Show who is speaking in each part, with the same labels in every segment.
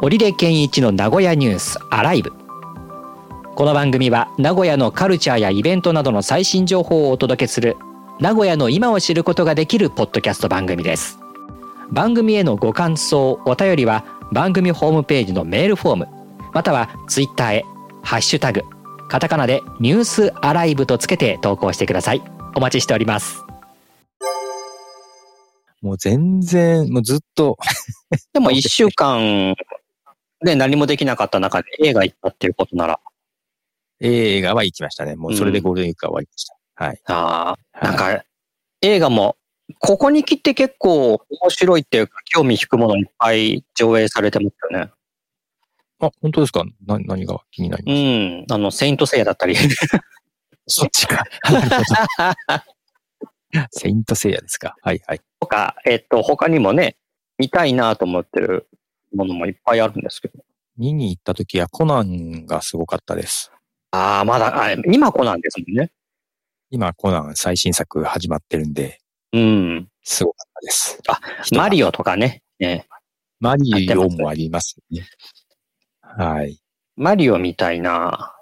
Speaker 1: 織出健一の名古屋ニュースアライブこの番組は名古屋のカルチャーやイベントなどの最新情報をお届けする名古屋の今を知ることができるポッドキャスト番組です番組へのご感想お便りは番組ホームページのメールフォームまたはツイッターへハッシュタグカタカナでニュースアライブとつけて投稿してくださいお待ちしております
Speaker 2: もう全然、もうずっと、
Speaker 1: でも1週間で何もできなかった中で映画行ったっていうことなら
Speaker 2: 映画は行きましたね。もうそれでゴールデンウィークは終わりました。はい。
Speaker 1: あーなん
Speaker 2: はい
Speaker 1: か映画もここに来て結構面白いっていうか興味引くものいっぱい上映されてますよね
Speaker 2: あ、本当ですかな何が気になります
Speaker 1: うんあの「セイント・セイヤ」だったり
Speaker 2: そっちか。 なるほどセイントセイヤですか。はいはい。
Speaker 1: とかえっと他にもね見たいなと思ってるものもいっぱいあるんですけど
Speaker 2: 見に行った時はコナンがすごかったです。
Speaker 1: ああまだあ今コナンですもんね
Speaker 2: 今コナン最新作始まってるんで、
Speaker 1: うん
Speaker 2: すごかったです。
Speaker 1: マリオとかね。ね
Speaker 2: マリオもありますね。はい。
Speaker 1: マリオみたいな。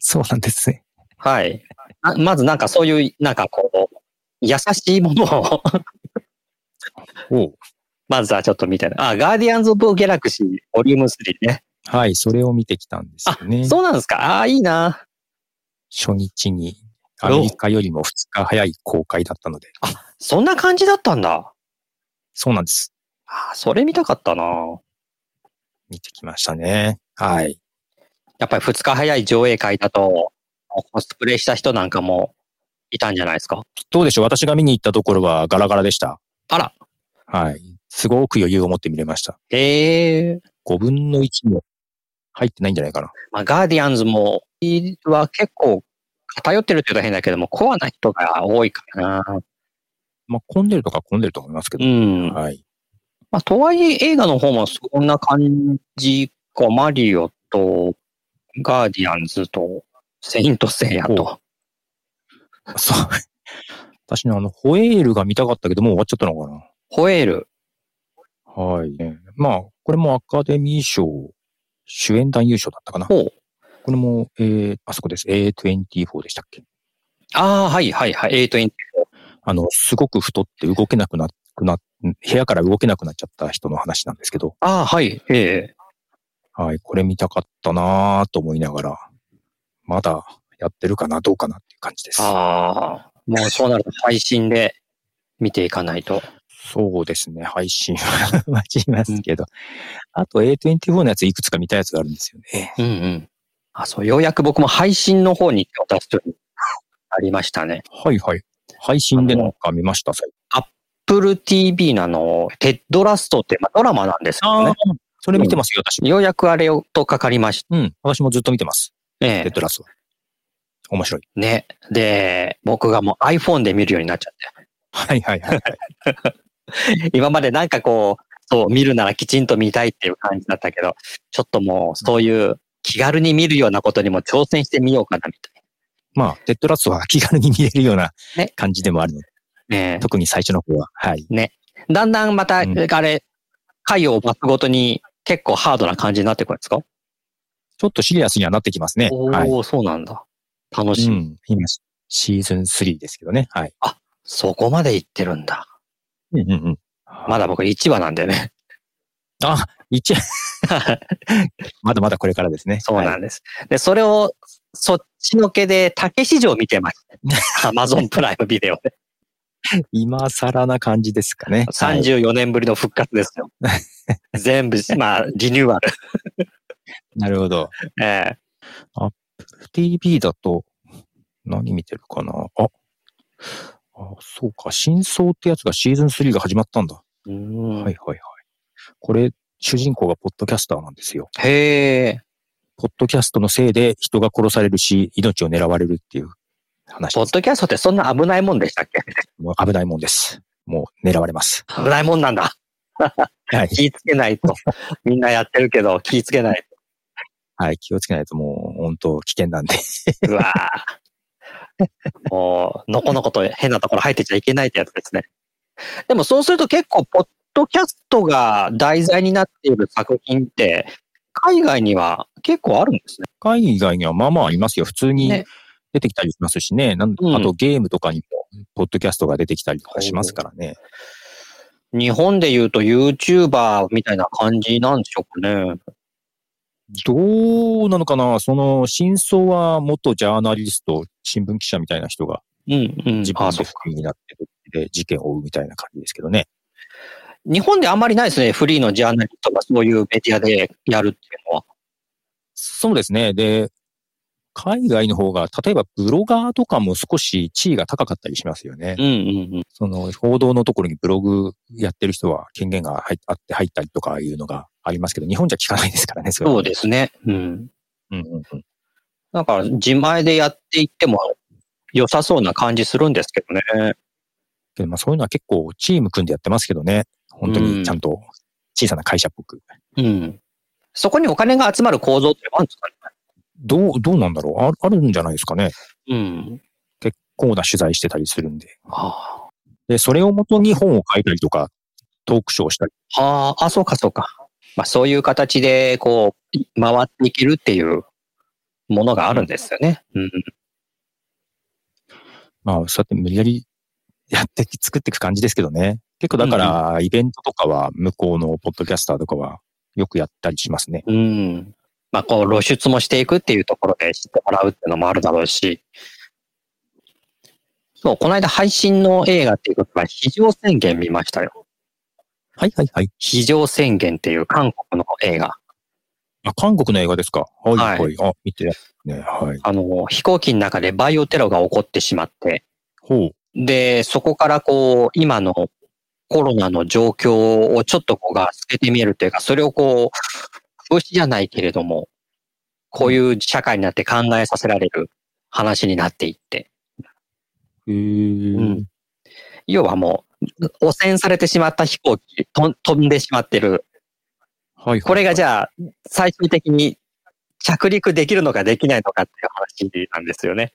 Speaker 2: そうなんですね。
Speaker 1: はい。あまずなんかそういう、なんかこう、優しいものを、
Speaker 2: おう
Speaker 1: まずはちょっと見たいな。あ、ガーディアンズ・オブ・ギャラクシー、ボリューム3ね。
Speaker 2: はい、それを見てきたんですよね。
Speaker 1: そうなんですかああー、いいな。
Speaker 2: 初日に、アメリカよりも2日早い公開だったので。
Speaker 1: そんな感じだったんだ。
Speaker 2: そうなんです。
Speaker 1: あーそれ見たかったな。
Speaker 2: 見てきましたね。はい。
Speaker 1: やっぱり2日早い上映会だと、コスプレした人なんかもいたんじゃないですか
Speaker 2: どうでしょう私が見に行ったところはガラガラでした。
Speaker 1: あら、
Speaker 2: はい。すごく余裕を持って見れました。
Speaker 1: ええ
Speaker 2: 5分の1も入ってないんじゃないかな。
Speaker 1: まあ、ガーディアンズも、は結構偏ってるって言うと変だけども、コアな人が多いからな。
Speaker 2: まあ、混んでるとか混んでると思いますけ
Speaker 1: う
Speaker 2: ど。
Speaker 1: ん。
Speaker 2: はい。
Speaker 1: まあ、とはいえ、映画の方もそんな感じか、マリオと、ガーディアンズと、セイント・セイヤと。
Speaker 2: そう。 私ね、あの、ホエールが見たかったけど、もう終わっちゃったのかな。
Speaker 1: ホエール。
Speaker 2: はい。まあ、これもアカデミー賞、主演男優賞だったかな。
Speaker 1: ほう。
Speaker 2: これも、えー、あそこです。A24 でしたっけ
Speaker 1: ああ、はいはいはい。エイトイン。
Speaker 2: あの、すごく太って動けなくなくな、部屋から動けなくなっちゃった人の話なんですけど、
Speaker 1: ああ、はい。ええ
Speaker 2: はい、これ見たかったなぁと思いながら、まだやってるかな、どうかなっていう感じです。
Speaker 1: ああ。もうそうなると配信で見ていかないと。
Speaker 2: そうですね、配信は待ちますけど。あと A24 のやついくつか見たやつがあるんですよね。
Speaker 1: うんうん。あ、そう、ようやく僕も配信の方に手を出すようになりましたね。
Speaker 2: はいはい。配信でなんか見ました、最
Speaker 1: Apple TV なの、テッドラストって、まあ、ドラマなんですよ
Speaker 2: 近
Speaker 1: ね
Speaker 2: ね。。それ見てますよ、私。
Speaker 1: ようやくあれをとかかりまし
Speaker 2: うん、私もずっと見てます。
Speaker 1: た
Speaker 2: デッ
Speaker 1: ね。
Speaker 2: ドラスは。面白い。
Speaker 1: ね。で、僕がもう iPhone で見るようになっちゃっ
Speaker 2: はいはいはい。
Speaker 1: て。今までなんかこう、そう、見るならきちんと見たいっていう感じだったけど、ちょっともうそういう気軽に見るようなことにも挑戦してみようかなみたい
Speaker 2: まあ、デッドラスは気軽に見えるような
Speaker 1: ね
Speaker 2: 感じでもあるので、
Speaker 1: な。ね。
Speaker 2: 特に最初の方は。はい。
Speaker 1: だんだんまた、
Speaker 2: うん
Speaker 1: あれ、回を待つごとに結構ハードな感じになってくるんですか
Speaker 2: ちょっとシリアスにはなってきますね。
Speaker 1: おお、
Speaker 2: はい。
Speaker 1: そうなんだ。楽し
Speaker 2: う
Speaker 1: み、
Speaker 2: ん。今、シーズン3ですけどね。はい。
Speaker 1: そこまで行ってるんだ。
Speaker 2: うんうんうん。
Speaker 1: まだ僕1話なんでね。
Speaker 2: あ、一 まだまだこれからですね。
Speaker 1: そう
Speaker 2: は
Speaker 1: ないんです。で、それを、そっちのけで、たけし城見てま した。アマゾンプライムビデオで。
Speaker 2: 今更な感じですかね。はい
Speaker 1: 34年ぶりの復活です よ。全部、まあ、リニューアル。
Speaker 2: なるほど。
Speaker 1: ええ
Speaker 2: TV だと、何見てるかなあ、あ、そうか。真相ってやつがシーズン3が始まったんだ。はいはいはい。これ、主人公がポッドキャスターなんですよ。
Speaker 1: へえ、
Speaker 2: ポッドキャストのせいで人が殺されるし、命を狙われるっていう話
Speaker 1: ポ
Speaker 2: で
Speaker 1: ッ
Speaker 2: す。
Speaker 1: ドキャストってそんな危ないもんでしたっけ
Speaker 2: もう危ないもんです。もう狙われます。
Speaker 1: 危ないもんなんだ。
Speaker 2: はい。
Speaker 1: 気ぃつけないと。みんなやってるけど、気ぃつけない
Speaker 2: はい。気をつけないともう本当危険なんで。
Speaker 1: と。うわーもう、のこのこと変なところ入ってちゃいけないってやつですね。でもそうすると結構、ポッドキャストが題材になっている作品って、海外には結構あるんですね。
Speaker 2: 海外にはまあまあありますよ。普通に
Speaker 1: ね
Speaker 2: 出てきたりしますしね。なん
Speaker 1: うん
Speaker 2: あとゲームとかにも、ポッドキャストが出てきたりとかしますからね。
Speaker 1: 日本で言うと YouTuber みたいな感じなんでしょうかね。
Speaker 2: どうなのかなその、真相は元ジャーナリスト、新聞記者みたいな人が
Speaker 1: うんうん。
Speaker 2: 自分
Speaker 1: あ、
Speaker 2: で
Speaker 1: そう
Speaker 2: 不意になってるで事件を追うみたいな感じですけどね。
Speaker 1: 日本であんまりないですね。フリーのジャーナリストがそういうメディアでやるっていうのは。
Speaker 2: そうですね。で、海外の方が、例えばブロガーとかも少し地位が高かったりしますよね。
Speaker 1: うんうんうん。
Speaker 2: その報道のところにブログやってる人は権限が入っあって入ったりとかいうのがありますけど、日本じゃ聞かないですからね、それは
Speaker 1: そうですね。うん。
Speaker 2: うんうんうん
Speaker 1: だから自前でやっていっても良さそうな感じするんですけどね。
Speaker 2: けどまあそういうのは結構チーム組んでやってますけどね。本当
Speaker 1: うん
Speaker 2: にちゃんと小さな会社っぽく。
Speaker 1: うん。そこにお金が集まる構造ってあるんですかね。
Speaker 2: どう、どうなんだろうああるんじゃないですかね。
Speaker 1: うん。
Speaker 2: コーナー取材してたりするんで。
Speaker 1: は
Speaker 2: で、それをもとに本を書いたりとか、トークショーをしたり。
Speaker 1: あ、はあ、あ、そうかそうか。まあそういう形で、こう、回っていけるっていうものがあるんですよね。うん。
Speaker 2: まあ、そうやって無理やりやってき作っていく感じですけどね。結構だから、イベントとかは、向こうのポッドキャスターとかは、よくやったりしますね。
Speaker 1: うん。まあこう露出もしていくっていうところで知ってもらうっていうのもあるだろうし。そう、この間配信の映画っていうことは、非常宣言見ましたよ。
Speaker 2: はいはいはい。
Speaker 1: 非常宣言っていう韓国の映画。
Speaker 2: あ、韓国の映画ですか。はいはい。
Speaker 1: は
Speaker 2: あ、見てね。はい。
Speaker 1: あの、飛行機の中でバイオテロが起こってしまって、
Speaker 2: ほう。
Speaker 1: で、そこからこう、今のコロナの状況をちょっとこうが透けて見えるというか、それをこう、風刺じゃないけれども、こういう社会になって考えさせられる話になっていって、
Speaker 2: へー
Speaker 1: うん要はもう、汚染されてしまった飛行機、とん飛んでしまってる。
Speaker 2: はいはい。
Speaker 1: これがじゃあ、最終的に着陸できるのかできないのかっていう話なんですよね。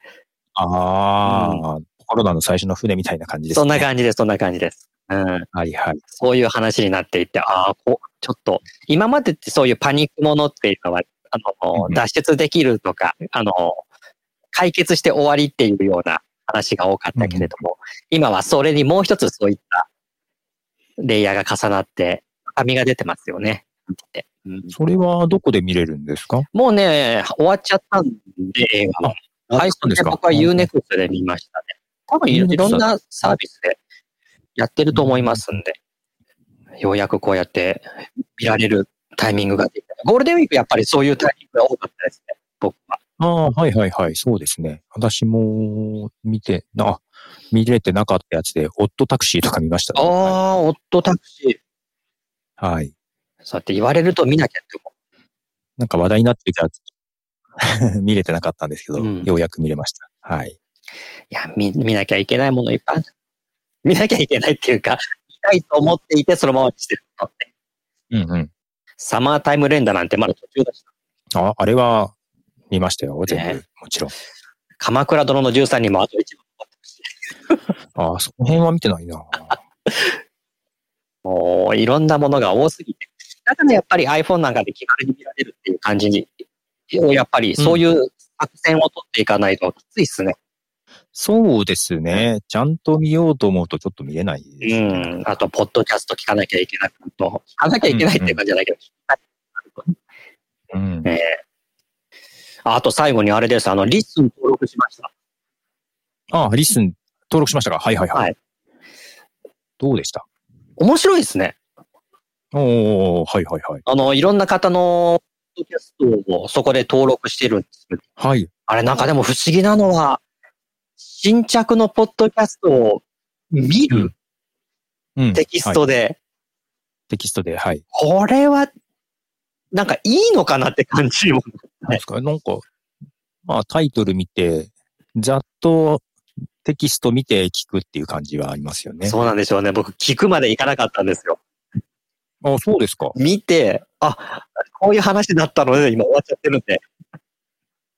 Speaker 2: ああ、コロナの最初の船みたいな感じですね。
Speaker 1: そんな感じです、そんな感じです。うん。
Speaker 2: はいはい。
Speaker 1: そういう話になっていって、ああ、こうちょっと、今までってそういうパニックものっていうのは、あの、
Speaker 2: うん
Speaker 1: 脱出できるとか、あの、解決して終わりっていうような話が多かったけれども、今はそれにもう一つそういったレイヤーが重なって、深みが出てますよね。見ててうん
Speaker 2: それはどこで見れるんですか
Speaker 1: もうね、終わっちゃったんで、映画は。配信で僕は UNEXT で見ましたね。多分いろ
Speaker 2: Unext
Speaker 1: いろんなサービスでやってると思いますんで、ようやくこうやって見られるタイミングができた。ゴールデンウィークやっぱりそういうタイミングが多かったですね、僕は。
Speaker 2: ああ、はいはいはい。そうですね。私も見て、あ、見れてなかったやつで、オットタクシーとか見ました、
Speaker 1: ああ、オットタクシー。
Speaker 2: はい。はい。
Speaker 1: そうやって言われると見なきゃって思
Speaker 2: なんか話題になってるから、 見れてなかったんですけど、
Speaker 1: うん
Speaker 2: ようやく見れました。はい。
Speaker 1: う。いや見、見なきゃいけないものいっぱいある。見なきゃいけないっていうか、見たいと思っていてそのままにしてるのって。
Speaker 2: うんうん。
Speaker 1: サマータイム連打なんてまだ途中だし。
Speaker 2: あ、あれは、見ましたよ。全部、
Speaker 1: ね
Speaker 2: もちろん。
Speaker 1: 鎌倉殿の13人もあと一番残ってるし。
Speaker 2: ああ、その辺は見てな いな。
Speaker 1: もういろんなものが多すぎて。だからやっぱり iPhone なんかで気軽に見られるっていう感じに、やっぱりそういう作戦を取っていかないときついっすね。
Speaker 2: そうですね。ちゃんと見ようと思うとちょっと見れないです
Speaker 1: う
Speaker 2: ね
Speaker 1: ん。あと、ポッドキャスト聞かなきゃいけなくなると、聞かなきゃいけないっていう感じじゃないけど、
Speaker 2: うん
Speaker 1: ええあと最後にあれです。あの、リッスン登録しました。
Speaker 2: あ、リスン登録しましたかはいはいはい。
Speaker 1: はい
Speaker 2: どうでした
Speaker 1: 面白いですね。
Speaker 2: おー、はいはいはい。
Speaker 1: あの、いろんな方のポッドキャストをそこで登録してるんですけど、
Speaker 2: はい。
Speaker 1: あれなんかでも不思議なのは、新着のポッドキャストを見る
Speaker 2: うん
Speaker 1: テキス
Speaker 2: はい
Speaker 1: トで、
Speaker 2: テキストで、はい。
Speaker 1: これは、なんかいいのかなって感じよ。
Speaker 2: なんですかなんか、まあタイトル見て、ざっとテキスト見て聞くっていう感じはありますよね。
Speaker 1: そうなんでしょうね。僕、聞くまでいかなかったんですよ。
Speaker 2: あ、そうですか。
Speaker 1: 見て、あ、こういう話だったので、今終わっちゃってるんで。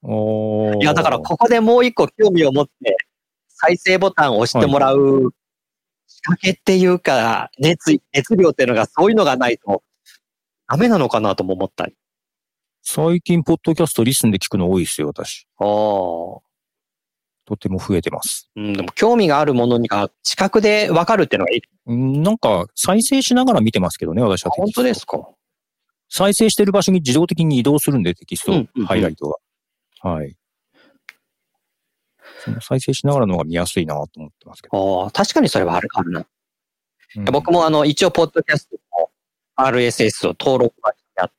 Speaker 2: おー
Speaker 1: いや、だからここでもう一個興味を持って、再生ボタンを押してもらう仕掛けっていうか、熱、熱量っていうのが、そういうのがないと、ダメなのかなとも思ったり。
Speaker 2: 最近、ポッドキャストリスンで聞くの多いですよ、私。
Speaker 1: ああ。
Speaker 2: とても増えてます。
Speaker 1: うん、でも興味があるものにが、視覚でわかるっていうのがいい。
Speaker 2: うんなんか、再生しながら見てますけどね、私はテキ
Speaker 1: 本
Speaker 2: スト
Speaker 1: 当ですか
Speaker 2: 再生してる場所に自動的に移動するんで、テキスト、
Speaker 1: うんうんうん
Speaker 2: ハイライトが。はい。その再生しながらの方が見やすいなと思ってますけど。
Speaker 1: ああ、確かにそれはある、あるな。
Speaker 2: うん
Speaker 1: 僕もあの、一応、ポッドキャストの RSS を登録はしてあって、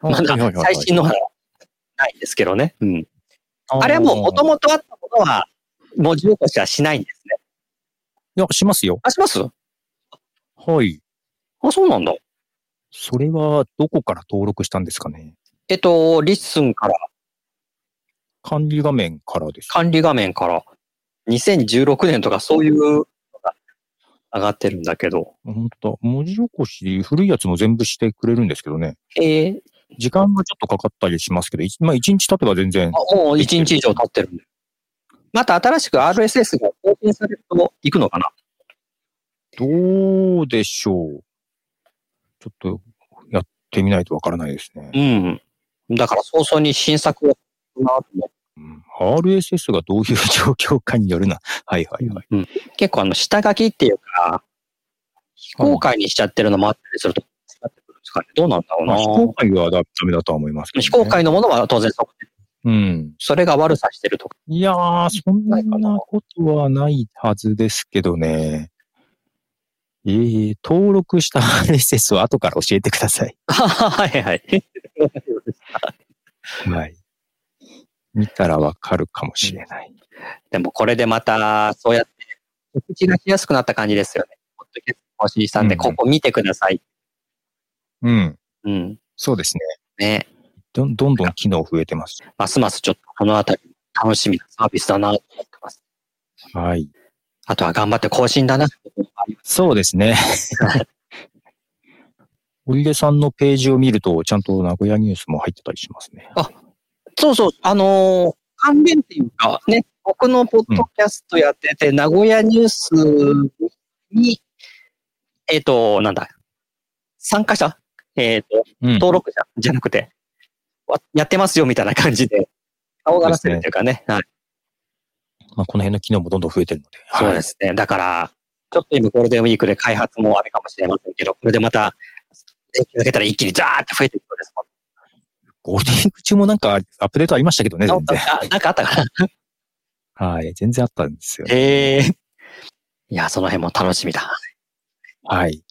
Speaker 1: ま
Speaker 2: はいはいはい
Speaker 1: だ
Speaker 2: はい
Speaker 1: 最新のはないんですけどね。うん。
Speaker 2: あー
Speaker 1: あれはもう、もともとあったものは、文字起こしはしないんですね。
Speaker 2: いや、しますよ。
Speaker 1: あ、します
Speaker 2: はい。
Speaker 1: あ、そうなんだ。
Speaker 2: それは、どこから登録したんですかね
Speaker 1: えっと、リッスンから、
Speaker 2: 管理画面からです。
Speaker 1: 管理画面から、2016年とかそういうのが上がってるんだけど、
Speaker 2: 本当だ文字起こし、古いやつも全部してくれるんですけどね。
Speaker 1: ええ
Speaker 2: 時間がちょっとかかったりしますけど、いまあ一日経てば全然。
Speaker 1: あもう1日以上経ってるんで。また新しく RSS が更新されると行くのかな
Speaker 2: どうでしょう。ちょっとやってみないとわからないですね。
Speaker 1: うん。だから早々に新作を、なと思って
Speaker 2: うん、RSS がどういう状況かによるな。 はいはいはい。
Speaker 1: うん、結構あの、下書きっていうか、非公開にしちゃってるのもあったりすると、違ってくるんですかね。どうなんだろう
Speaker 2: ま
Speaker 1: な。
Speaker 2: あ、非公開はダダメだとは思いますけど、ね。
Speaker 1: 非公。開のものは当然そう。
Speaker 2: うん。
Speaker 1: それが悪さしてるとか。
Speaker 2: いやー、そんなことはないはずですけどね。えー、登録した RSS は後から教えてください。
Speaker 1: はいはい。
Speaker 2: はい。見たらわかるかもしれない。
Speaker 1: でもこれでまた、そうやって、告知がしやすくなった感じですよね。ポッドキャスト更新したんで、
Speaker 2: うん
Speaker 1: ここ見てください。
Speaker 2: うん。
Speaker 1: うん。
Speaker 2: そうですね。
Speaker 1: ね。
Speaker 2: どんどんどん機能増えてます。
Speaker 1: ますますちょっとこのあたり、楽しみなサービスだなと思ってます。
Speaker 2: はい。
Speaker 1: あとは頑張って更新だな。
Speaker 2: そうですね。織出さんのページを見ると、ちゃんと名古屋ニュースも入ってたりしますね。
Speaker 1: そうそう、あのー関連っていうか、ね、僕のポッドキャストやってて、名古屋ニュースに、えっ、と、なんだ、参加者えっ、と、
Speaker 2: うん
Speaker 1: 登録者じゃなくて、わやってますよみたいな感じで、顔が出せるっていうかね。はい
Speaker 2: まあ、この辺の機能もどんどん増えてるので。
Speaker 1: そうですね。だから、ちょっと今ゴールデンウィークで開発もあれかもしれませんけど、これでまた、影響がけたら一気にザーって増えていくそうですもん
Speaker 2: ゴールデンウィーク中もなんかアップデートありましたけどね、全然。
Speaker 1: あ、なんかあったかな
Speaker 2: はい。全然あったんですよね。
Speaker 1: へえ。いや、その辺も楽しみだ。
Speaker 2: はい。